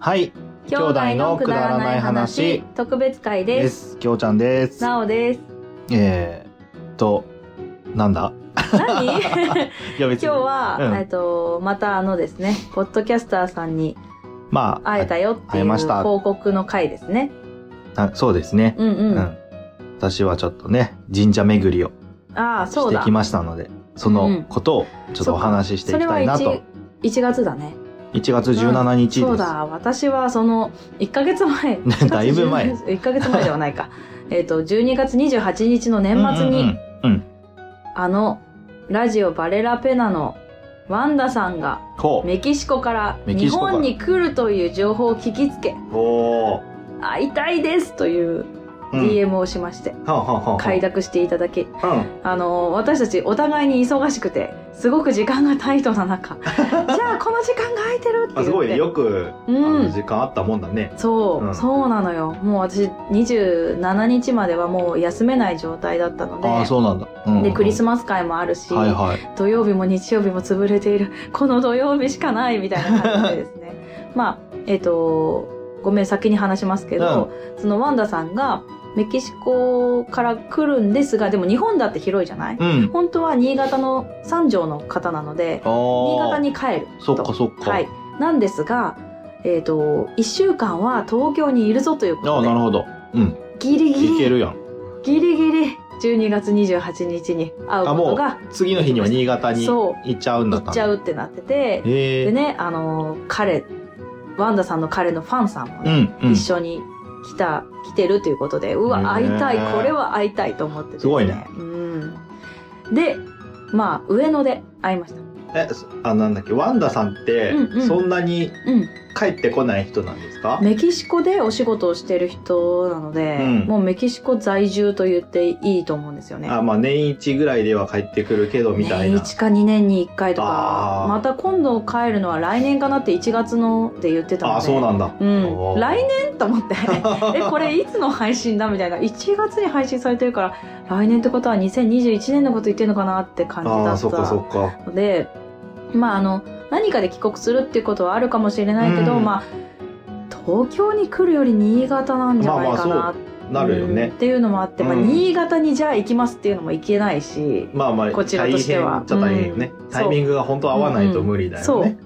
はい、兄弟のくだらない話特別会でですす。きょうちゃんです。なおですえーっと、なんだ何 今いや別日に。は、うんえっとまたあのですねポッドキャスターさんにまあ、会えたよって会いえうました報告の回ですねあそうですね、うんう、うんん。私はちょっとね、神社巡りをああそしうてだきましたので、そのことをちょっとお話ししていそきれはたいなと。 1月だね1月17日です。そうだ私はその1ヶ月前 だいぶ 前1ヶ月前ではな いかえっと12月28日の年末に、うんうんうん。うん。あのラジオバレラペナのワンダさんがこメキシコからメキ日シコから本に来るという情報を聞きつけう。おー。会いたいですといううん DM をしまして、はあはあはあ快諾していただきうん。あの私たちお互いに忙しくてすごく時間がタイトな 中じゃあこの時間が空いてるって言ってあすごいねよく、うんあの時間あったもんだね。そう、うんそうなのよもう私27日まではもう休めない状態だったのでああ、そうなんだ。うんうんでクリスマス会もあるし、はいはい。土曜日も日曜日も潰れているこの土曜日しかないみたいな感じでで すねまあえっ、とごめん先に話しますけど、そのワンダさんがメキシコから来るんですがでも日本だって広いじゃない、うん。本当は新潟の三条の方なのでああ。新新潟に帰るそとっかそっか。はい、なんですが、えっと1週間は東京にいるぞというこああ、となるでほど。うん。ギリギいけリるやん。ギリギリ12月28日に会うあ、こもとうが、次の日には新潟にそう行っちゃうんだ行ったっんちだゃうってなっててへえ。でねあのー彼ワンダさんの彼のファンさんもうね、ん、うん。一緒に来た来てるということでうへわー会いたいこれは会いたいと思ってですごいねうん、でまあ上野で会いましたえ、そあ、なんだっけ、ワンダさんって、うんうんそんなにうん帰ってこない人なんですかメキシコでお仕事をしてる人なので、うんもうメキシコ在住と言っていいと思うんですよね。あ、まあ年一ぐらいでは帰ってくるけど、みたいな。年1か2年に1回とかあーまた今度帰るのは来年かなって1月のって言ってたのであ、そうなんだ。うおん、ー来年と思って えこれいつの配信だみたいな1月に配信されてるから来年ってことは2021年のこと言ってるのかなって感じあだあ、ったそっかそっか。のでまああの何かで帰国するっていうことはあるかもしれないけど、うんまあ東京に来るより新潟なんじゃないまかあまなあなるようんっね。ていうのもあって、まあ、うん新潟にじゃあ行きますっていうのも行けないしまあまあ、こちらとしては大変ちゃ大変よね、うんタイミングが本当合わないと無理だよね。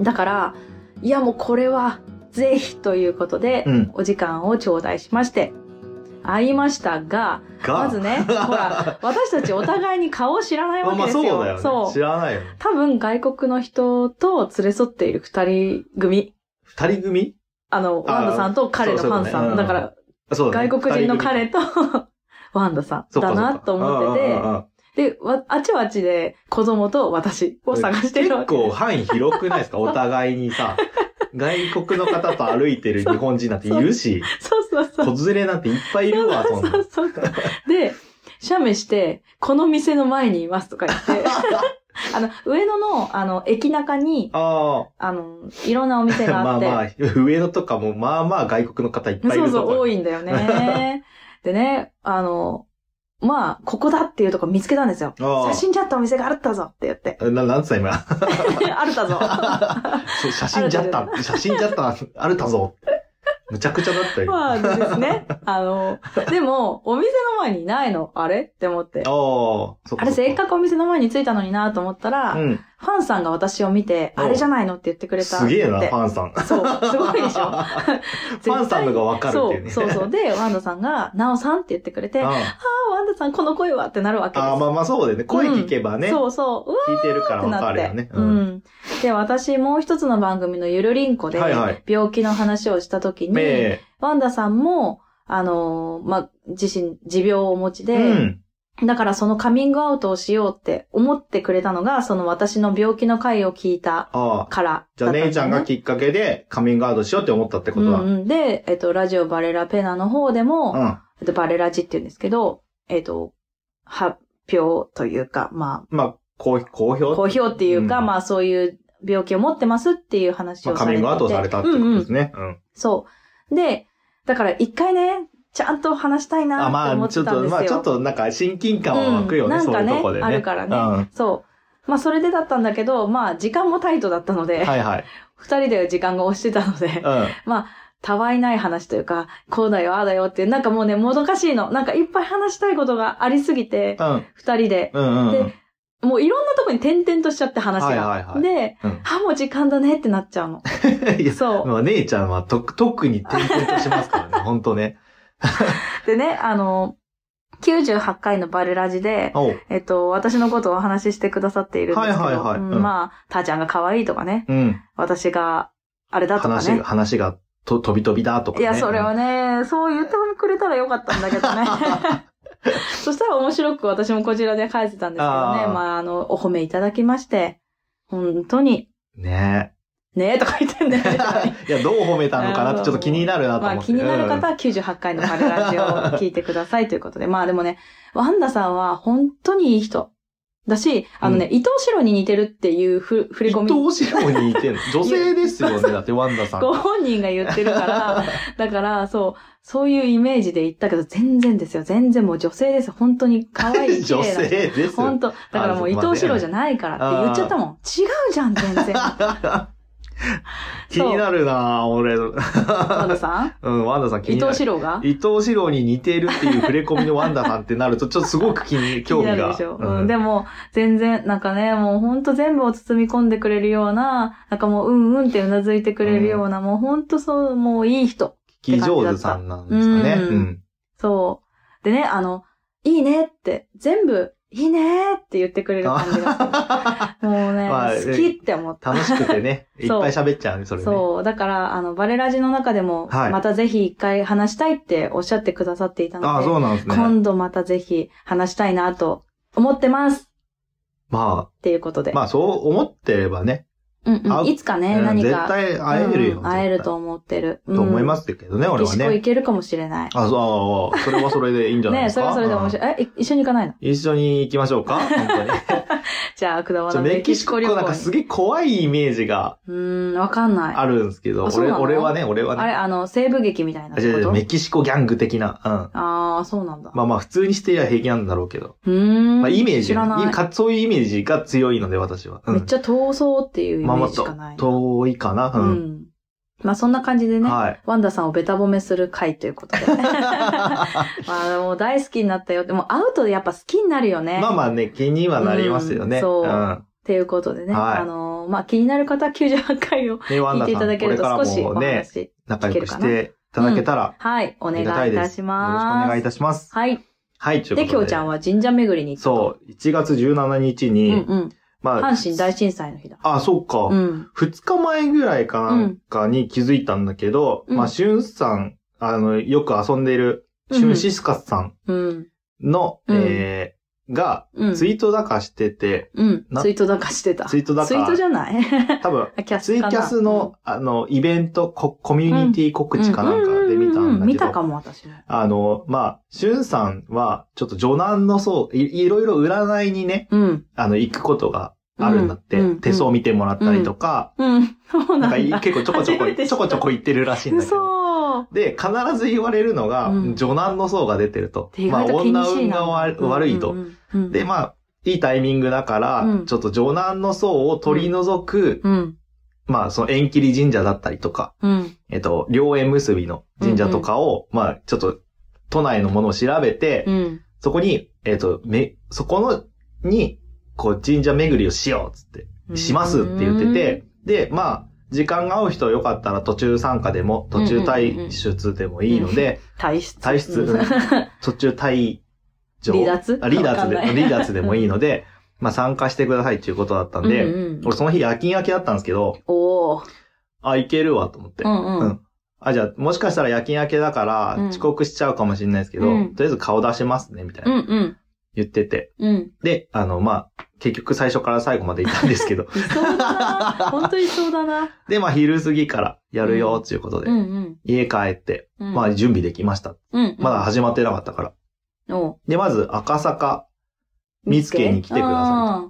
だからいやもうこれはぜひということで、うん。うんお時間を頂戴しまして会いましたがが、ま ずねほら私たちお互いに顔を知らないまあわまけあですそよ。うだよね。知らないよね。多分外国の人と連れ添っている二人組。二人組あの、あーワンダさんと彼のファンさそうそん。うだねうんだから、そうだね外国人の二彼とワンダさん組だなそっかそっかと思ってうんうんうんうんて、で、わあっちはあっちで子供と私を探してるわ結け。構範囲広くない ですかお互いにさ、外国の方と歩いてる日本人なんているし、 そうそうそう。子連れなんていっぱいいるわ、そんなその。うそうそう。で、写メして、この店の前にいますとか 言って、あの、上野の、あの、駅中に、ああの、いろんなお店あ、がまああって、まあ、上野とかもまあまあ外国の方いっぱいいそうるそとう、こ多いんだ よね。でね、あの、まあ、ここだっていうとこ見つけたんですよ。ああ写真じゃったお店があるったぞって言って。 な、なんつった今。 あるったぞ。そう写真じゃった。写真じゃった。あるたぞ。むちゃくちゃだったよ。まあですね。あの、でも、お店の前にいないの。あれって思ってああ。、そっかそっかあれ、せっかくお店の前に着いたのになと思ったら、うん。ファンさんが私を見て、うんあれじゃないのって言ってくれた。すげえな、っフてァンさん。そう、すごい でしょ。ファンさんのがわかるっていうね。そう、そうそう。で、ワンダさんが、ナオさんって言ってくれて、うんあああ、ワンダさんこの声はってなるわけです。あ、まあまあそうだよね。声聞けばね、聞そうそう。うわいてるからーってわなかっるて。よね。う。ん。で、私、もう一つの番組のゆるりんこで、はいはい病気の話をした時に、ねワンダさんも、あのーまあ、自身、持病をお持ちえ。で、うん。だからそのカミングアウトをしようって思ってくれたのが、その私の病気の回を聞いたああ。からじゃあだっただよね姉ちゃんがきっかけでカミングアウトしようって思ったってことだ。うんうん、で、えっと、ラジオバレラペナの方でも、うん。えっとバレラジって言うんですけど、えっと、発表というか、ままあ、好好あ、評。公表っていうか、うんまあそういう病気を持ってますっていう話まあ、をカされミてて、ングアウトされたってことうんうでんすね。うん。そう。で、だから一回ね、ちゃんと話したいあ、なってま思っあ、てちょったんと、ですよ。まあ、ちょっとなんか親近感は湧くよね、うん、そういうとなんこかでね、ね。あるからね、そう。まあそれでだったんだけど、まあ時間もタイトだったのうで、ん。はいはい。二人で時間が押してたので、うん。たわいない話というか、こうだよ、ああだよっていう、なんかもうね、もどかしいの。なんかいっぱい話したいことがありすぎて、うん。二人で。うんうんうんで。もういろんなとこに点々としちゃって話が。はいはいはいで、うんあ、もう時間だねってなっちゃうの。 いやそう。まあ、姉ちゃんはと、特に転々としますからね、ほんとね。でね、あの、98回のバルラジで、おう。えっと、私のことをお話ししてくださっているんですけど、はいはいはいうんうんまあ、たーちゃんが可愛いとかね、うん。私があれだとか話ねが、。話がと、飛び飛びだとかいね。や、それはね。ね、そう言ってくれたらよかったんだけ どね。そしたら面白く私もこちらで書いてたんですけどね。あーまあ、あの、お褒めいただきまして、本当に、ね ねえとか言ってんだよね。え。いや、どう褒めたのかなってちょっと気になるなとまあ思って。気になる方は98回のパルラジオを聞いてくださいということで。まあでもね、ワンダさんは本当にいい人。だし、あのね、伊藤四郎に似てるっていうふ振うん、り伊込み。藤四郎に似 てる。女性ですよね、だってワンダさん。ご本人が言ってるから、 だから、そう、そういうイメージで言ったけど、全然ですよ。全然もう女性ですよ。本当に可愛い、綺 女麗な。性ですよ本。当だからもう伊藤四郎じゃないからって言っちゃったもん。違うじゃん、全然。 気になるなぁ、俺。ワンダさんうん、ワンダさん気伊にな藤る。四郎が伊藤四郎に似てるっていう触れ込みのワンダさんってなると、ちょっとすごく気 に、興味気になが。るでしょ。うんうん。でも、全然、なんかね、もうほんと全部を包み込んでくれるような、なんかもう、うんうんってうなずいてくれるような、もうほんとそう、もういい人。聞き上手さんなんですかね。うんうん。そう。でね、あの、いいねって、全部、いいねって言ってくれる感じがする。もうね、まあ好きって思った。楽しくてね、いっ そうぱい喋っちゃうね、それね。そう。だから、あの、バレラジの中でも、はいまたぜひ一回話したいっておっしゃってくださっていたので、ああ、そうなんですね。今度またぜひ話したいなと思ってますまっていうことで。あ、まあそう思ってればね、うんうあん。いつかね、うん何か。絶対会えるよ。う絶ん対会えると。思ってる。。と思いますすけどね、俺はメキシコね行。けるかもしれない。あ、そうああ、ああそれはそれでいいんじゃないで ねえすそか。れはそれで面い。白い。え、い一緒に行かないの一緒に行きましょう か、本当に。じゃあ、くだわちょのメメキキシシココ旅なん行かにす。げえ怖いイメージがうーん、わかんない。あるんですけど、あそう俺なの俺はね、俺はあれ、ね、あの、西部劇みたいなこあ違う違うとメキシコギャング的な、ああ、そうなんだうん。。まあまあ普通にしてりゃ平気なんだろうけど、うーん。まあイメージ、知らない。かそういうイメージが強いので私は。うんめっちゃ闘争っていうイメまあまーあジしかとない。遠いかな、ううん。ん。まあ、そんな感じでね、 はい。ワンダさんをベタ褒めする回ということ で。まあ、もう大好きになったよって、もう会うとやっぱ好きになるよね。まあまあね、気にはなりますよね。うんそうね、っていうことでね、はいあのーまあ、気になる方は98回をワン聞ダいていたさだん、こけるれとから少しおもね、話、仲良くしていただけたら、はい、お願いいたしよろしくおます。願いいたします。はい。はい、ということで、で。きょうちゃんは神社巡りに行ったと。そう、1月17日うに、んうん。まあ、阪神大震災の日だ。あ、そうか。うん。 2日前ぐらいかなんかに気づいたんだけど、うんまあ、しゅんさん、あの、よく遊んでいる、しゅんシスカスさんうん。の、うんえー、が、うん。ツイートだかしてて、うん。なツイートだかしてた。ツイートだかツイートじゃない多分、あキャスツイキかなャスの、あの、イベント、ココミュニティ告知かなんかで見たうんううだう見けたかど、も、私。あの、まあ、しゅんさんは、ちょっと序南の層、いいろいろ占いにね、うん。あの、行くことがあるんだって、うんうん手相見てもらったりとか、うん。そうなんなだ。んか結構ちょこちょこ、初めて知ったちょこちょこ行ってるらしいんだけど。嘘っで、必ず言われるのが、うん女男の層が出てるとて。意まあ、外と気に女しい運な。がわ悪いと。うんうんうん。で、まあ、いいタイミングだから、うんちょっと女男の層を取り除く、うん。まあ、その縁切り神社だったりとか、うん。えっと、両縁結びの神社とかを、まあ、ちょっと、都内のものを調べて、うん。そこに、えっと、め、そこの、に、こう、神社巡りをしようっつって、うんしますって言ってて、で、まあ、時間が合う人はよかったら途中参加でも、途中退出でもいいので、体質。退出、うん途中退場。離脱あ離わか脱んで、ない離脱でもいいので、まあ参加してくださいっていうことだったんで、うんうん俺その日夜勤明けだったんですけど、おお。あ、いけるわと思って。うんうん。うんあ、じゃあ、もしかしたら夜勤明けだからうん遅刻しちゃうかもしれないですけど、うんとりあえず顔出しますね、みたいうな、んうん。言ってて。うん。で、あの、まあ、結局最初から最後までいたんですけ 。どいそうだな。本当にいそうだ な。で、まあ、昼過ぎからやるよ、ということで、うんうん家帰って、うん。まあ、準備できました。うん、まだ始まってなかったから。おう、で、まず、赤坂、見つけに来てくださ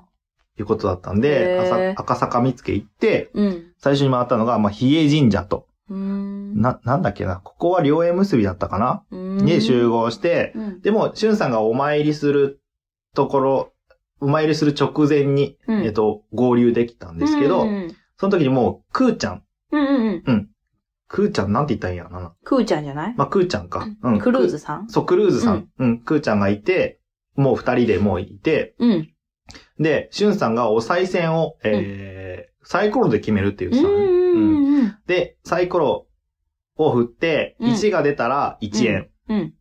ということだったんで、へー朝赤坂見付行って、い。うん。最初に回ったのが、まあ、比叡神社と、うーん。な、なんだっけな、ここは両縁結びだったかな、ねに集。合して、うん。でも、しゅんさんがお参りするところ、お参りする直前に、うんえっと、合流できたんですけど、うんその時にもう、クーちゃん。うんうんうん。クーちゃんなんて言ったらいいんやろな。クーちゃんじゃないまあ、クーちゃんか。うん。クルーズ。ズさんそう、クルーズさん。うん、クーちゃんがいて、もう二人でもういて、うん。で、しゅんさんがお賽銭を、えーサイコロで決めるっていううんさ、うんうんで、サイコロを振って、うん1が出たら1円、うん。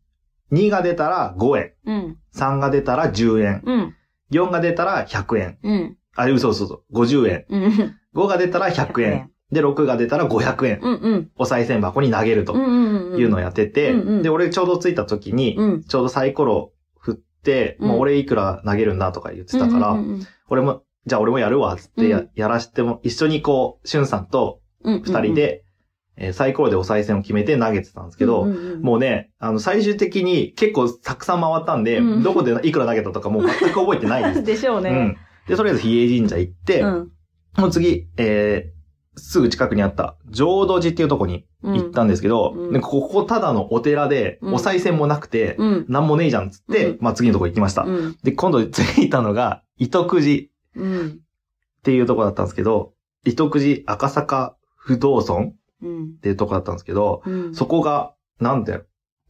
2が出たら5円、うん。 3が出たら10円、うん。 4が出たら100円、うん。あ、嘘嘘嘘、50円、うん。うん。 5が出たら100円、。で、6が出たら500円、うんうん。お賽銭箱に投げるうんとうんうん。いうのをやってて、うんうんで、俺ちょうど着いた時に、うん。ちょうどサイコロ振って、うんもう俺いくら投げるんだとか言ってたから、うんうんうん俺も、じゃあ俺もやるわ、つってや,、うんらしても、一緒にこう、しゅんさんとうん。二人で、えーサイコロでお賽銭を決めて投げてたんですけど、うんうんうん、もうね、あの、最終的に結構たくさん回ったんで、うんどこでいくら投げたとかもう全く覚えて ないです。でしょううね。ん。で、とりあえず比叡神社行って、うん。もう次、えー、すぐ近くにあった、浄土寺っていうとこにうん。行ったんですけど、うんでここただのお寺で、うんお賽銭もなくて、うん。なんもねえじゃんっつって、うんまあ次のとこ行きました。うん。で、今度次行ったのが、糸くじ。うん。っていうとこだったんですけど、糸くじ赤坂不動村っうん。ていうとこだったんですけど、うん。そこが、なんだよ。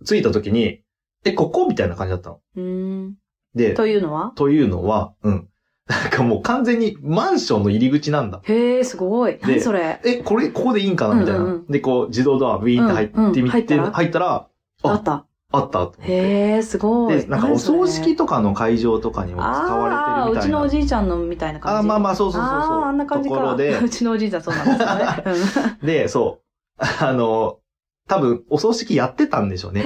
着いた時に、え、ここみたいな感じだったの。うん。で、というのはというのは、うん。 なんかもう完全にマンションの入り口なんだ。へえ、すごい。何それ。え、これ、ここでいいんかなみたいな。うんうんうんで、こう、自動ドアビーンって入ってみて、うんうん入ったら、あった。あったと思って。へえ、すごい。で、なんかお葬式ととかの会場とかにも使われてるみああー、うたちいな。のおじいちゃんのみたいな感あじ。まあまあ、そうそうそうそう。あーあんな感じか。、ところで うちのおじいちゃんそうなんですよねで、そう。 あの、多分、お葬式やってたんでしょううん。ね。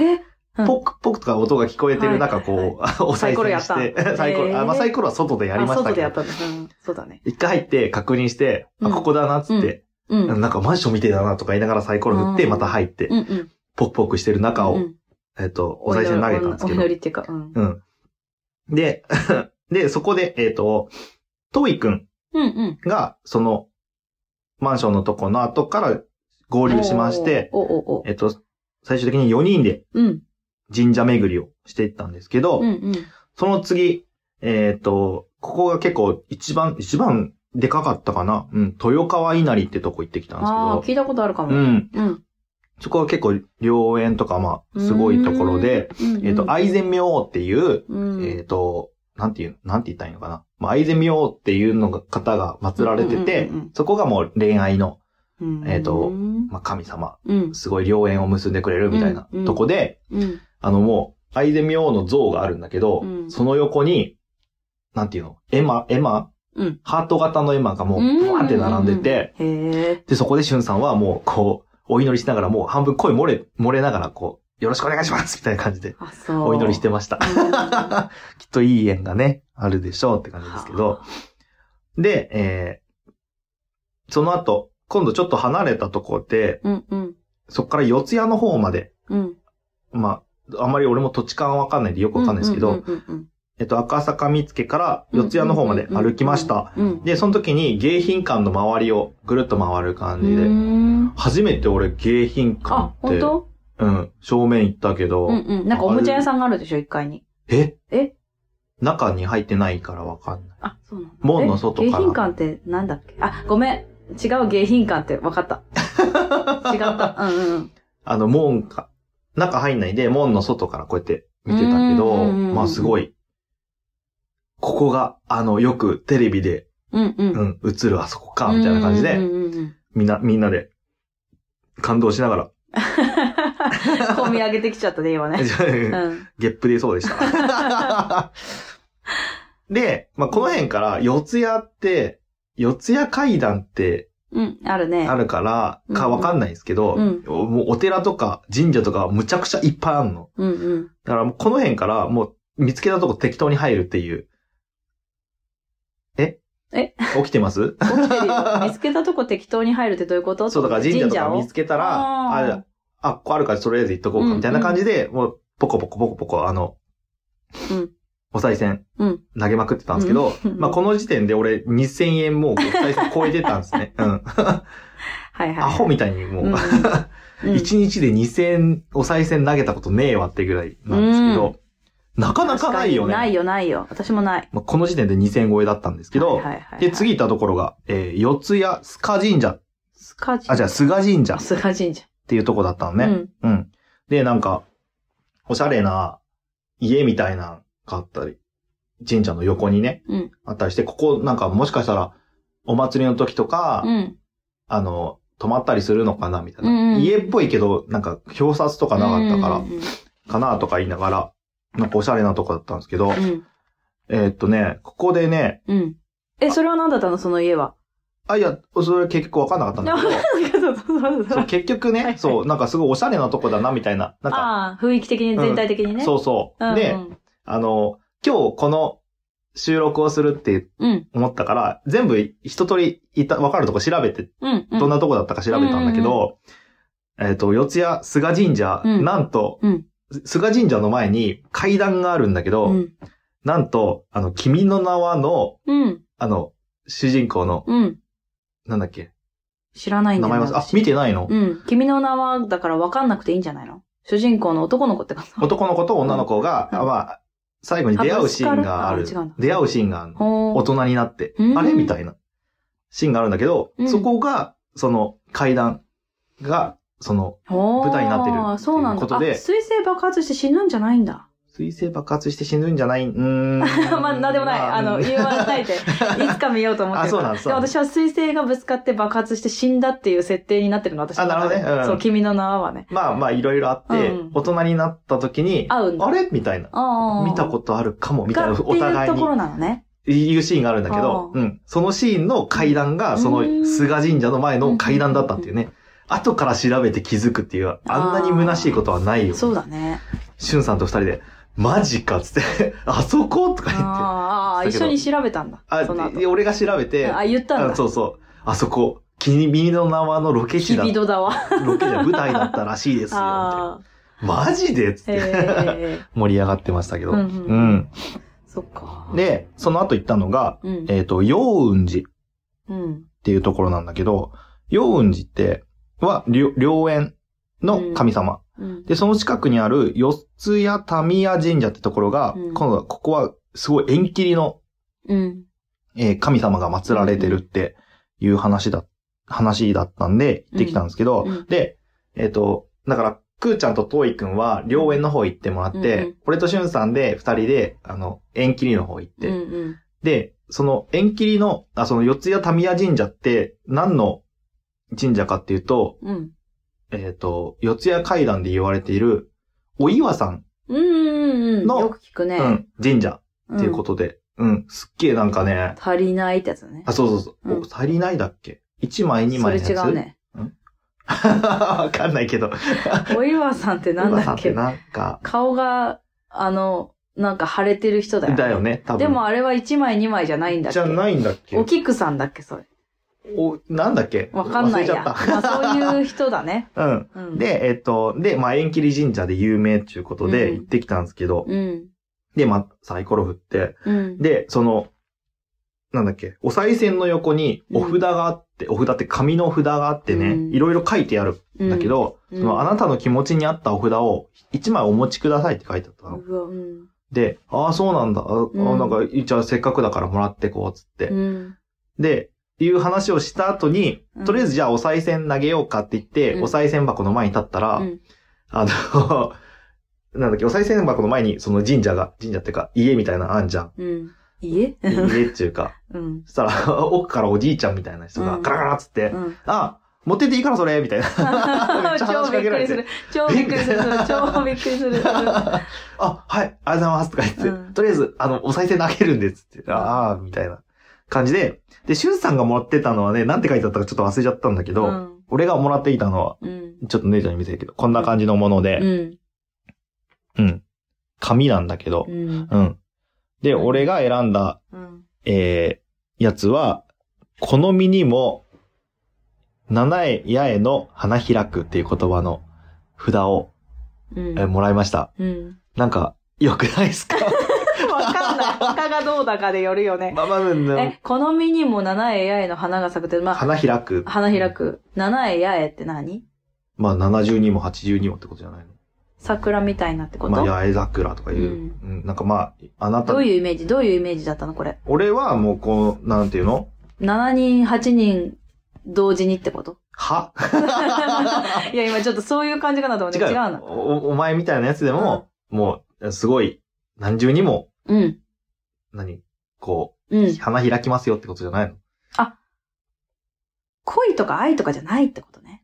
えうんポクポクとか音が聞こえてはいる中、こう、 おサイ賽コロや銭ったして、 サイコへロ、ーあ、まあサイコロは外でやりましあた外でけやっど、たんだ。うんそうだね。一回入って確認して、あ、うんここだな、つって、うん。うんなんかマンションみてえだな、とか言いながらサイコロ振って、うんまた入って、うん。ポクポクしてる中うを、んえっと、お賽銭投げたんですけお祈ど、りっていうか、うん。うん。で、 で、そこで、えっと、トイ君うんうん。が、その、マンションのとこの後から合流しまして、おおおお。えっと、最終的に4人でうん。神社巡りをしていったんですけど、うんうん。その次、えっ、と、ここが結構一番、一番でかかったかな。うん、豊川稲荷ってとこ行ってきたんですああ、け聞いたことあるかど、うも。ん、うん。そこは結構良縁とか、まあ、すごいところで、うんうん、えっ、と、愛禅明王っていう、うん、えっ、と、なんていう、なんて言ったらいいのかな。まあ、愛禅明王っていうのが方が祀られてて、うんうんうんうんそこがもう恋愛の、うんえーとうん。まあ、神様、うん。すごい良縁を結んでくれるみたいなうんうんとこで、うん。あのもう、アイデミオの像があるんだけど、うんその横に、なんていうの絵馬、絵馬、うんハート型の絵馬がもう、ブワーって並んでて、うんうんうん。へえ。で、そこでしゅんさんはもう、こう、お祈りしながら、もう半分声漏れ、漏れながら、こう、よろしくお願いしますみたいな感じで、あ、そう。お祈りしてました。うん。きっといい縁がね、あるでしょうって感じですけど。で、えー、その後、今度ちょっと離れたとこで、うんうん。そこから四谷の方まで、うん。まあ、あんまり俺も土地勘わかんないんでよくわかんないですけど、うんうんうんえっと、赤坂見附から四谷の方まで歩きました。うん。うんで、その時に迎賓館の周りをぐるっと回る感うじで。ん。初めて俺迎賓あ、館本って、当？うん、正面行ったけど、うんうん。なんかおもちゃ屋さんがあるでしょ、一階に。ええ中に入ってないからわかんない。あ、そうなんだ。門の外からえ迎賓館ってなんだっけあ、ごめん。違う迎賓館って分かった。違 った。うんうん。あの、門か、中入んないで門の外からこうやって見てたけうんど、うんうんうんまあすごい。ここが、あの、よくテレビで、うんうん。うん、映るあそこか、みたいな感じうで、んうん うん。みんな、みんなで、感動しなが ら、込み上げてきちゃったね、今ね。うん。ゲップ出そうで した。で、まあ、この辺から、四ツ谷って、四ツ谷階段ってうん、あるね。あるから、うんかわかんないですけど、うんおもうお寺とか神社とかむちゃくちゃいっぱいあるの。うんうん。だからもうこの辺からもう見つけたとこ適当に入るっていう。ええ起きてます起きてるよ見つけたとこ適当に入るってどういうことそう、だから神社とかを見つけたら、あーああ、ここあるからとりあえず行っとこううんうか、んみたいな感じで、もう、ポコポコポコポコ、あの、うんお賽銭、うん投げまくってたんですけど、うんまあこの時点で俺2000円もうお賽銭超えてたんです ね。うん。はいはい。アホみたいに もう、うんうん1日で2000お賽銭投げたことねえわってぐらいなんですけど、なかなかないよね。ないよ、ないよ。私もない。まあ、この時点で2000超えだったんですけど、はいはいはいはいで、次行ったところが、えー、四谷須賀神社、スカジあ、じゃあ須賀神社あっスカ神社。ていうとこだったのね。うん。うん。で、なんか、おしゃれな家みたいなのがあったり、神社の横にね、うんあったりして、ここなんかもしかしたら、お祭りの時とか、うん。あの、泊まったりするのかな、みたいな。うんうん家っぽいけど、なんか表札とかなかったから、うんうんかなとか言いながら、なんかおしゃれなとこだったんですけど、うん。えーっとね、ここでね、うん。うんえ、それは何だったのその家は。あ、いや、それ結局わかんなかったんだ けど、そうそうそうそそうう結局はいはね、いそう、なんかすごいおしゃれなとこだな、みたいな。なんか、 ああ、雰囲気的に全体的にね。そうそう。うんで、あの、今日この収録をするってうん。思ったから、全部一通りいた、わかるとこ調べて、うん。うん。どんなとこだったか調べたんだけど、えっと、四谷菅神社、うんなんと、うん菅神社の前に階段があるんだけど、うん。なんと、あの、君の名はの、うん。あの、主人公の、うん。なんだっけ、知らないん名だよ前ね。は、あ、私見てないの、うん。君の名は、だから分かんなくていいんじゃないの主人公の男の子って感じ。男の子と女の子が、うんあまあ、最後に出会うシーンがああぶるつかるあ違うんだ。出会うシーンがあるの。ほ大ー人になってう、んあれみたいなシーンがあるんだけどう、んそこが、その階段が、その、ほー舞台になってるあーそうなんだ。っていうことであ彗星爆発して死ぬんじゃないんだ。水星爆発して死ぬんじゃないうーん。 まあ、なんでもない。あの、言わな いで。いつか見ようと思ってるから。あそうなんですで私は彗星がぶつかって爆発して死んだっていう設定になってるの、私の中であなるほどねうんそう、君の名はね。まあまあ、いろいろあって、うん大人になった時に、合うんだ。あれみたいな。ああ。見たことあるかも、みたいな、おがっ互いていうところになのね。いうシーンがあるんだけど、あうん。そのシーンの階段が、そうの、ん菅神社の前の階段だったっていうね。後から調べて気づくっていう、あんなに虚しいことはないよ。そうだね。しゅんさんと二人で、マジかっつって、 あそことか言って。ああ、だけ一ど緒に調べたんだ。そのあ、で後。俺が調べて、あ、言ったんあだ。そうそう。あそこ、君の名はのロケ地日だっ々戸だわ。ロケじゃ舞台だったらしいですよ。みたいな あマジでっつっあ。へてえ。 盛り上がってましたけど。うんうんそっかう。んで、その後行ったのが、うん。えっ、と、陽雲寺っうん。ていうところなんだけど、陽雲寺って、は、りょ良縁の神様。うん。で、その近くにある四谷民屋神社ってところが、うん今度は、ここはすごい縁切りの、うん。えー神様が祀られてるっていう話だ、話だったんで、行ってきたんですけど、うんうんで、えっ、と、だから、くーちゃんととういくんは、両園の方行ってもらって、うんうん俺としゅんさんで二人で、あの、縁切りの方行って、うんうん。で、その縁切りの、あ、その四谷民屋神社って、何の神社かっていうと、うん。えっ、と、四谷階段で言われている、お岩さん、うんうん。のよく聞くね。うん、神社うん。っていうことで、うん、すっげえなんかね、足りないってやつだね。あ、そうそうそう、うんお足りないだっけ一枚二そ枚れのやつ違う。ね。 わかんないけど。お岩さんってなん岩ださんっってけなんか、顔が、あの、なんか腫れてる人だよ。だよね、多分。でもあれは1枚2枚じゃないんだっじけゃないんだっけお菊さんだっけそれ。お、なんだっけわかんないや。忘れちまゃっあそういう人だね。た。うん。うん。、で、えっと、で、まあ、縁切り神社で有名っていうことでうん行ってきたんですけど、うん。で、まあ、サイコロ振って、うん。で、その、なんだっけ、お賽銭の横にお札があって、お札って紙の札があってね、うんいろいろ書いてあるうんんだけ、ど、うんそのあなたの気持ちに合ったお札を1枚お持ちくださいって書いてあったの。うわうん。で、ああ、そうなんだ。あ、んあなんか、じゃあせっかくだからもらってこう、つって。うん。で、いう話をした後にう、んとりあえずじゃあお賽銭投げようかって言って、うんお賽銭箱の前に立ったら、うんあの、 なんだっけ、お賽銭箱の前にその神社が、神社っていうか家みたいなのあんじゃん。うん。家家っていう か。うん。そしたら、奥からおじいちゃんみたいな人が、うんガラガラっつって、うん。あ、持ってっていいからそれみたいな。めっちゃ話し超びかっけくられりてする。超びっくりする。超びっくりする。 あ、はい、ありがとうございますとか言って、うんとりあえず、あの、お賽銭投げるんですって、ああ、みたいな感じで、で、しゅんさんがもらってたのはね、なんて書いてあったかちょっと忘れちゃったんだけど、うん。俺がもらっていたのは、うん。ちょっと姉ちゃんに見せるけど、こんな感じのもので、うん。紙なんだけどう、ん。うん。で、俺が選んだ、うん。えー、やつは、この身にも、七重八重の花開くっていう言葉の札を、うんえーもらいました。うん。なんか、良くないですかわかんない。他がどうだかでよるよね。まあまあ、うん え、この実にも七重八重の花が咲くって、まあ、花開く。花開。く。七重八重って何まあ、72も82もってことじゃないの桜みたいなってこと、まあ、八重桜とかいう、うんなんかまあ、あなたどう、いうイメージどういうイメージだったのこれ。俺はもうこう、なんていうの7人、8人同時にってこと はいや、今ちょっとそういう感じかなと思って。違う違うな。おお前みたいなやつでも、もう、すごい、何重にも、うん。何こうう、ん。花開きますよってことじゃないの恋とか愛とかじゃないってことね。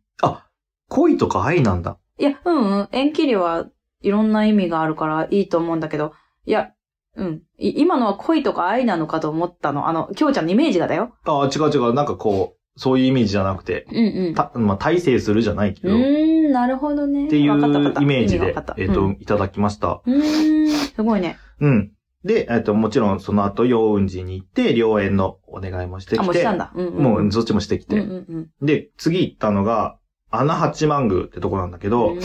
恋とか愛なんだ。いや、うんうん。縁切りはいろんな意味があるからいいと思うんだけど、いや、うん。い今のは恋とか愛なのかと思ったの。あの、きょうちゃんのイメージがだよ。ああ、違う違う。なんかこう、そういうイメージじゃなくて、うんうん。た、まあ、大成するじゃないけうど、っーん、なるほどね。ていうイわかったわかったメージ意味でわかった、えっと、うんいただきました。うーん、すごいね。うん。で、えっと、もちろんその後、陽雲寺に行って、良縁のお願いもしてきて、あ、もうしたんだ。うん、うん。もうんう、そっちもしてきうんて、うん。で、次行ったのが、穴八幡宮ってとこなんだけど、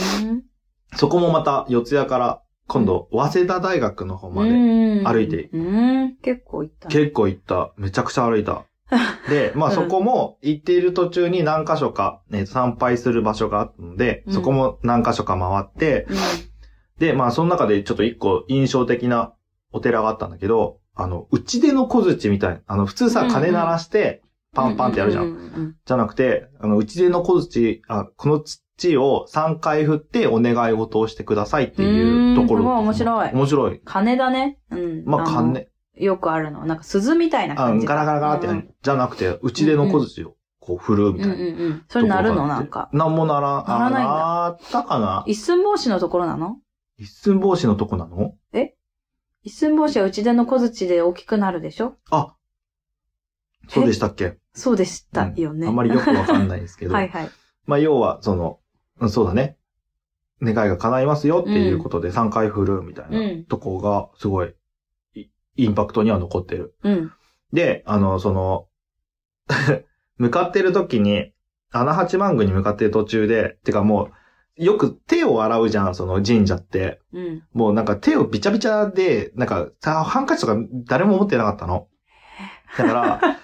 そこもまた四谷から、今度、早稲田大学の方まで、で歩いてうん、結構行ったね。結構行った。めちゃくちゃ歩いた。 で、まあうんそこも行っている途中に何箇所か、ね、参拝する場所があったので、うんそこも何箇所か回って、で、まあその中でちょっと一個印象的なお寺があったんだけど、あの、打ち出の小槌みたいな、あの、普通さ、うんうん鐘鳴らして、パンパンってやるじゃん。ん。じゃなくて、あの、打ち出の小槌、あ、この土を3回振ってお願い事をしてくださいっていうところ。うーんすごい面白い面白い。金だね。うん。まあ、の金、よくあるの。なんか鈴みたいなあ感じ。ガラガラガラってやる、じゃなくて、打ち出の小槌をこう振るみうんたういんな。うん。それなるのなんか。。なんもならん、ならないんだあったかな一寸法師のところなの一寸法師のとこなの一寸法師は内出の小槌で大きくなるでしょあそうでしたっけそうでしたよね。うんあまりよくわかんないです けど。はいはい。まあ、要は、その、うんそうだね。願いが叶いますよっていうことで3回振るみたいうんなとこが、すごい、いインパクトには残ってる。うん。で、あの、その、 向かってる時に、穴八幡宮に向かってる途中で、てかもう、よく手を洗うじゃん、その神社って。うん。もうなんか手をびちゃびちゃで、なんか、さハンカチとか誰も持ってなかったの。だ から、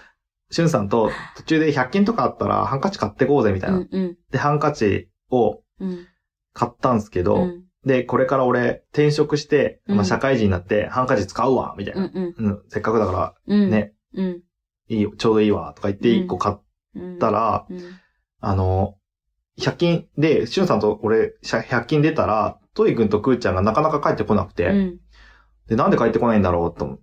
しゅんさんと途中で100均とかあったらハンカチ買ってこうぜみたういな。んうん。で、ハンカチをうん。買ったんすけど、うんで、これから俺転職して、うまあ、ん社会人になってハンカチ使うわ、みたいな、うんうんせっかくだかうらん。ね、うん。いいよ、ちょうどいいわ、とか言ってうん1個買っうん。たら、うん。あの、100均で、しゅんさんと俺、しゃ100均出たら、トイ君とくーちゃんがなかなか帰ってこなくて、うん。で、なんで帰ってこないんだろうと思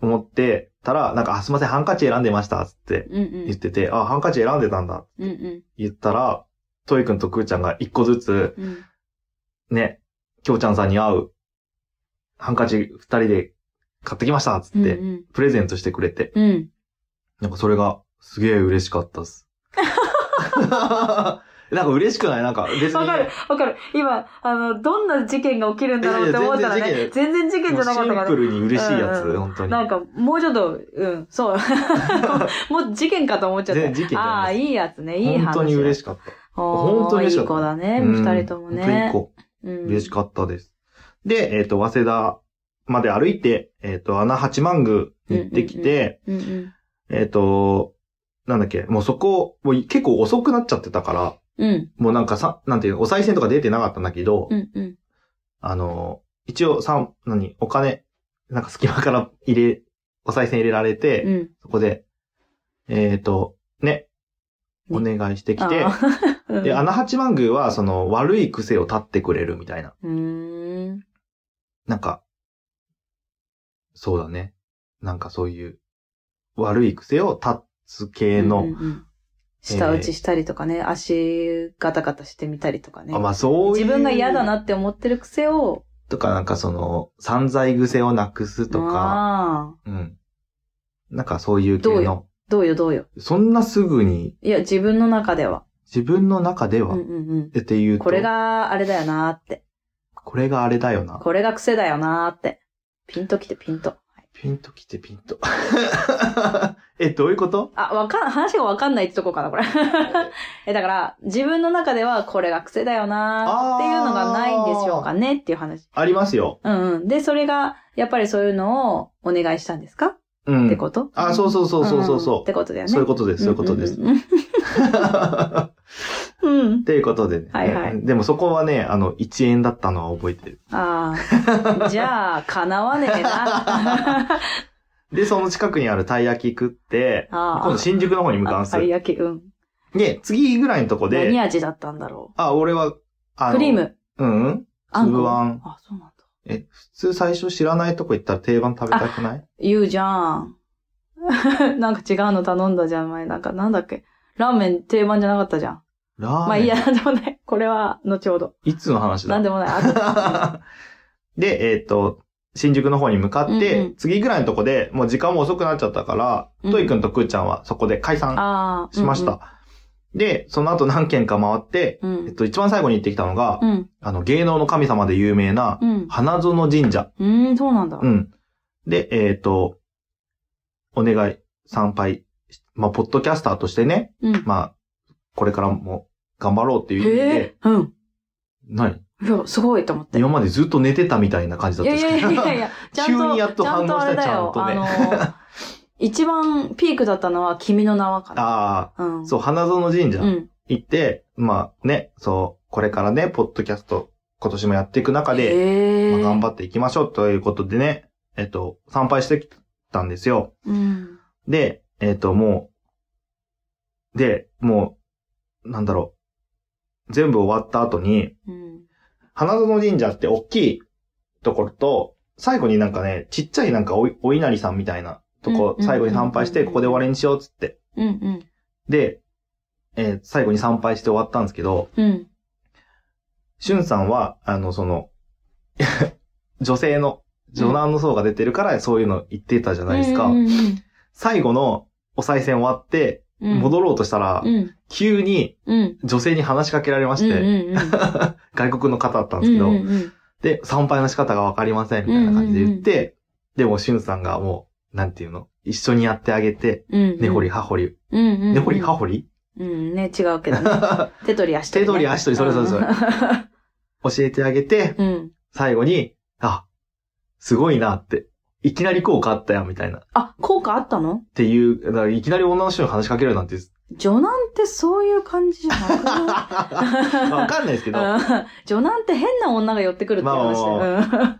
思ってたら、なんか、あ、すいません、ハンカチ選んでました、つってうんうん。言ってて、あ、ハンカチ選んでたんだ、うんうん言ったら、トイくんとくーちゃんが一個ずつ、うん。ね、きょうちゃんさんに会う、ハンカチ二人で買ってきました、つって、うんプレゼントしてくれて、うん。うん。なんかそれが、すげえ嬉しかったっ す。なんか嬉しくないなんか、別に。わかる、わかる。今、あの、どんな事件が起きるんだろうって思ったらいやいやね、全然事件もじうゃなかシったンかプら。ルに嬉しいやつ、うんうん本当に。なんか、もうちょっと、うん、そう。もう事件かと思っちゃっでた。事件じゃあなあ、いですいいやつね、いい話。本当に嬉しい。しかった。本本当に嬉しかったいい子だね、うん二人ともね。本当にいい子うん嬉しかったです。で、えっ、と、早稲田まで歩いて、えっ、と、穴八幡宮に行ってきて、うんうん。えっ、と、なんだっけ、もうそこ、もう結構遅くなっちゃってたから、うん、もうなんかさ、なんていうの、お賽銭とか出てなかったんだけど、うん、うん。あの、一応さん、何、お金、なんか隙間から入れ、お賽銭入れられて、うん。そこで、えっ、と、ね、お願いしてきて、ああ で、穴八幡宮はその悪い癖を立ってくれるみたいな。うん。うなんか、そうだね。なんかそういう、悪い癖を立つ系ーん。の、うんうんうん舌打ちしたりとかね、足ガタガタしてみたりとかねあ。まあそういう。自分が嫌だな。って思ってる癖を、とか、なんかその、散財癖をなくすとか、ああうん。なんかそういうど系うのよ、どうよどうよ。そんなすぐに、いや、自分の中では。自分の中でうは、んうんうん。っていうと、これ、があれだよなーって。これがあれだよな。これが癖だよなーって。ピンときてピンと。はいピンときてピンと。 え、どういう ことあ、わかん、話がわかんないってとこかな、これ。え、だから、自分の中ではこれが癖だよなーっていうのがないんでしょうかねっていう話。ありますよ。うんうん。で、それが、やっぱりそういうのをお願いしたんですか、うってん。ことあ、そうそうそうそうそう。んんってことだよね。そういうことです、そういうことです。うんうんうん。 っうてん。っていうことでね。はいはいでもそこはね、あの、1円だったのは覚えてる。あ あ。じゃあ、叶わねえな。で、その近くにあるたい焼き食って、あー今度新宿の方に向かうんあですたい焼き、うん。で、次ぐらいのとこ何で、味だったんだろあ、俺は、う。あのクリー。ム。うんうん。あんこ粒あんあ、そうなんだ。え、普通最初知らないとこ行ったら定番食べたくない言うじゃん。 なんか違うの頼んだじゃん、前。なんか、なんだっけ。ラーメン定番じゃなかったじゃん。ラーメン。まあいいや、なんでもない。これは、後ほど。いつの話だなんでもない。あ で、えっ、と、新宿の方に向かって、うんうん次ぐらいのとこで、もう時間も遅くなっちゃったから、うん トイくんとくーちゃんはそこで解散あー。しました。で、その後何軒か回って、うんうん。えっと、一番最後に行ってきたのが、うん。うん。あの、芸能の神様で有名な、うん。花園神社。うーん、そうなんだ。うん。で、えっ、と、お願い、参拝し。まあ、ポッドキャスターとしてね、うん。まあ、これからも頑張ろうっていう意味へでえ、、うん。何いや、すごいと思って。今までずっと寝てたみたいな感じだいったんやですいけど。やいやいや、ちゃんと、急にやっと反応したちゃんとあれだよ。ちゃんとねあの、一番ピークだったのは君の名はかな。 あうあ、ん。そう、花園神う社ん。行って、まあね、そう、これからね、ポッドキャスト今年もやっていく中で、でまあ、頑っ張っていきましょうということでね、えっと、参拝してきたんですよ。うん。で、えっと、もう、で、もう、なんだろう、全部終わった後に、うん。花園神社って大きいところと、最後になんかね、ちっちゃいなんかおお稲荷さんみたいなとうんうんうんこう、ん最後に参拝して、ここで終わりにしようっつって。うん。うん。で、えー最後に参拝して終わったんですけど、うん。しゅんさんは、あの、その、 女性の、女男の層が出てるから、そういうの言ってたじゃないですか。うんうん最後のお賽銭終わって、うん。戻ろうとしたら、うん。急にうん。女性に話しかけられまして、うん。外国の方だったんうですん。けど、うんうんで、参拝の仕方がわかりません、みたいな感じで言って、でも、しゅんさんがもう、なんていうの、一緒にやってあげて、うん。根掘り葉掘り、うん。うん。うん根掘り葉掘り、うん。ね、違うけど ね。手取り足取手りね。取り足取りそれそれそれ教えてあげて、うん。うん。最後に、あ、すごいなって、いきなり効果あったや、みたいな。っあ、効果あったのていう、だからいきなり女の人に話しかける なんて、女男ってそういう感じじゃなくないわかんないですけど、うん女男って変な女が寄ってくるって話だよ。うん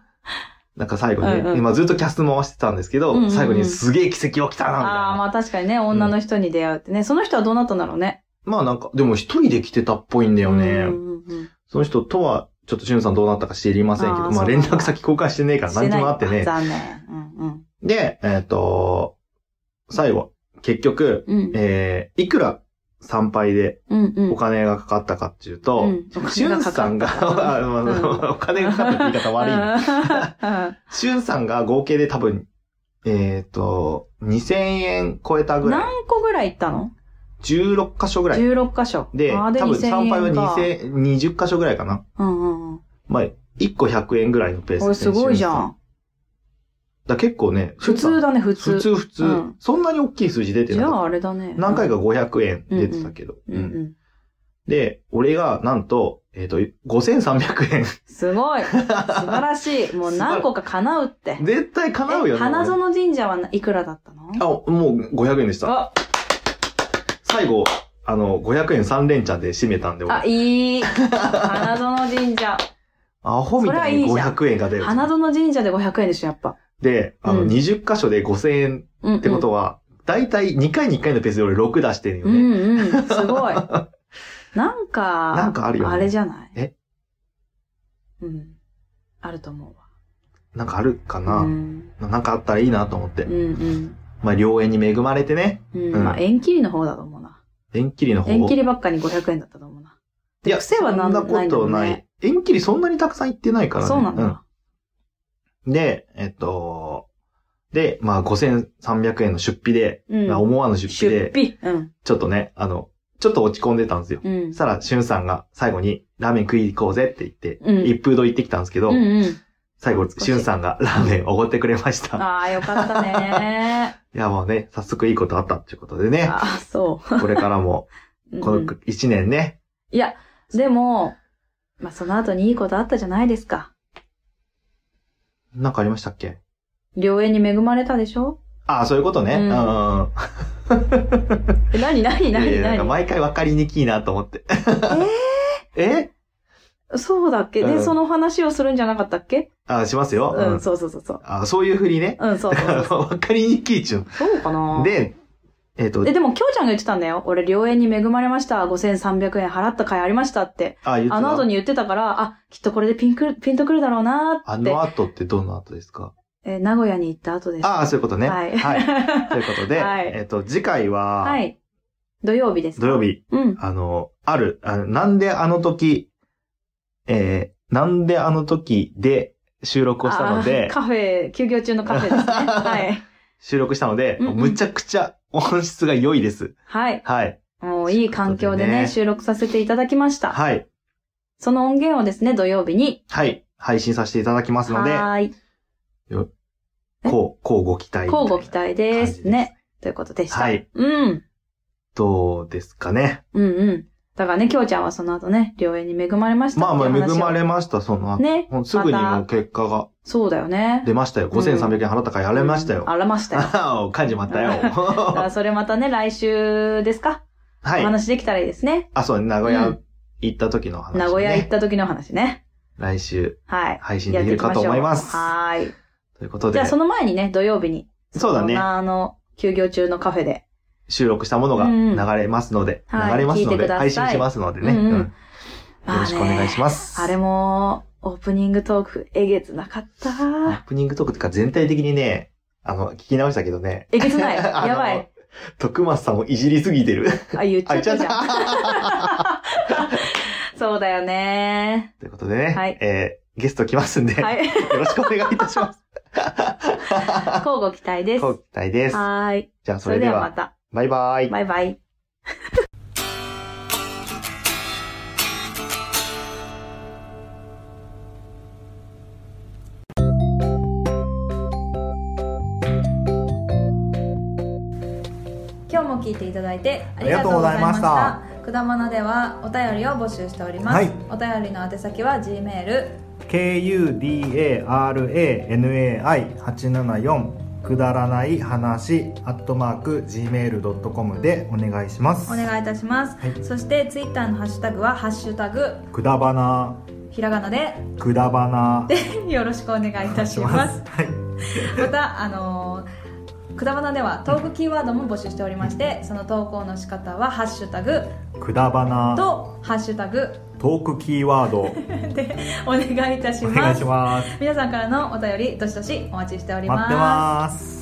なんか最後に、うんうん今ずっとキャスト回してたんですけど、うんうんうん最後にすげえ奇跡起きたな、みたいな。ああ、ままあ確かにね、女の人に出会うってね。その人はどうなったんだろうね。あなんか、でも一人で来てたっぽいんだよね。うんうんうんその人とは、ちょっとしゅんさんどうなったか知りませんけど、あーまあそうな連んだ絡先交換してねえから何にもあってしてね。ない残念。うんで、えっ、と、最後、結局、うん。うん。えー、いくら参拝でうんうん。お金がかかったかっていうと、うんおしゅ金んかかさんったが、 あまあうんお金がかかったって言い方悪い な。うんしゅんさんが合計で多分、えっ、と、2000円超えたぐらい。何個ぐらい行ったの16箇所ぐらい。 ?16 箇所。で、あ多ー分2000参拝は円か2000 20箇所ぐらいかな。うんうんうん。まあ、1個100円ぐらいのペースでこれすごいじゃしゅさん。だから結構ね、普通だね、普通。普通、普通、うんそんなに大きい数字出てじなゃかっああれだね。た。何回か。か500円出てたけど。うんううんん。で、俺がなんと、えっ、と、5300円。 すごい。素晴らしい。もう何個か叶うって。絶対叶うよね。え花園神社はいくらだったのあ、もう500円でした。あ最後、あの、500円3連チャンで締めたんで、あ、俺いい。花園神社。アホみたいにそれはいい500円が出る。花園神社で500円でしょ、やっぱ。で、あの、うん20箇所で5000円うん、うん。ってことはは、だいたい2回に1回のペースで俺6出してるようね。んうん。す ごい。なんか、なんかあるよねあれじゃないえうん。あると思うなんかあるかわ。な、うん。なんかあったらいいなと思って。うんうん。まあ、両円に恵まれてね、うん。うんまあ、縁切りの方だと思うな。縁切りの方を縁切りばっかに500円だったと思うな。いや、癖はなんそんなことなないいんだよね縁切りそんなにたくさん行ってないからね。そうなんだ。うんで、えっと、で、まあ、5300円の出費で、うん。まあ思わぬ出費出で、費。うん。ちょっとね、あの、ちょっと落ち込んでたんですよ。うんそし。たら、しゅんさんが最後に、ラーメン食い行こうぜって言って、うん一風堂行ってきたんですけど、うんうん。最後、懐かししいゅんさんがラーメンおごってくれました。ああ、よかったね。いや、もう ね、早速いいことあったっていうことでね、ああ、そうこれからも、。うんこの1年ね、いや、でも、まあ、その後にいいことあったじゃないですか。なんかありましたっけ良縁に恵まれたでしょああ、そういうことね。ううんうんんうん。え、なになにないやいにやななんかに毎回分かりにくいなと思って。ええそうだっけね、うんその話をするんじゃなかったっけあ、しますよ。うん、そうそうそうそう。あそういうふりね。うん、そうそうそう そう。わかりにくいちゅう。そうかなで、えっ、とえ、、でも、きょうちゃんが言ってたんだよ。俺、良縁に恵まれました。5300円払った回ありましたって。あ、言ってたあの後に言ってたから、あ、きっとこれでピンク、ピンとくるだろうなあーっての。後ってどの後ですかえー名古屋に行った後です。ああ、そういうことね。はい。 ということで、はいえっ、と、次回は、はい。土曜日です。土曜日、うん。あの、ある、あのなんであの時、えー、なんであの時で収録をしたのあーで、カフェ、休業中のカフェで すね。はい。収録したので、うんうんむちゃくちゃ音質が良いです。はい。はい。もういい環境とでいうことでね、ね収録させていただきました。はい。その音源をですね、土曜日に。はい。配信させていただきますので、はーい。えこう、こうご期待。交互期。待です感じね。ということでした。はいうん。どうですかね。うんうん。だからね、きょうちゃんはその後ね、両縁に恵まれましたまあまあ、っていう話恵をまれました、その後。ね。もうすぐにまもうた結果がそうだよね。出ましたよ。5300円払ったからやれましたよ。うんあらましたよ。だ ああ、感じまったよ。からそれまたね、来週ですか、はおい。話できたらいいですね。あ、そう、名古う屋ん行った時の話、ね名古屋行った時の話ね。来週はい。配信やできっているきかましとょう。思います。はーい。ということじでゃあ、その前にね、土曜日に。そうだねあの、休業中のカフェで。収録したものがうん流れますので、はい流れます聞いのてくで、ださい配信しますのでね、うんうんうんよまあねろしくお願いします。あれも、オープニングトーク、えげつなかっオ た。ープニングトークとか全体的にね、あの、聞き直したけどね。えげつないあのやばい。徳松さんをいじりすぎてる。あ、言っちあ、言ゃっっちゃったじゃん。た。そうだよね。ということでね、はいえーゲスト来ますんで、は い。よろしくお願いいたします。交互期待です。ごは期待です。ーい。じゃあ、そそれれででは、はまた。バイバイ。バイバイ。今日も聞いていただいてありがとうございました。くだまなではお便りを募集しております。はいお便りの宛先は G メール KUDARANAI874 くだらない話アットマーク Gmail.com でお願いしますお願いいたします。はいそしてツイッターのハッシュタグはハッシュタグくだばなひらがなでくだばなよろしくお願いいたします。はいまたあのーくだばなではトークキーワードも募集しておりましてその投稿の仕方は「ハッシュタグくだば」なと「ハッシュタグトークキーワード」でお願いいたしおま願いすし ます皆さんからのお便りどしどしお待ちしており待まっすてます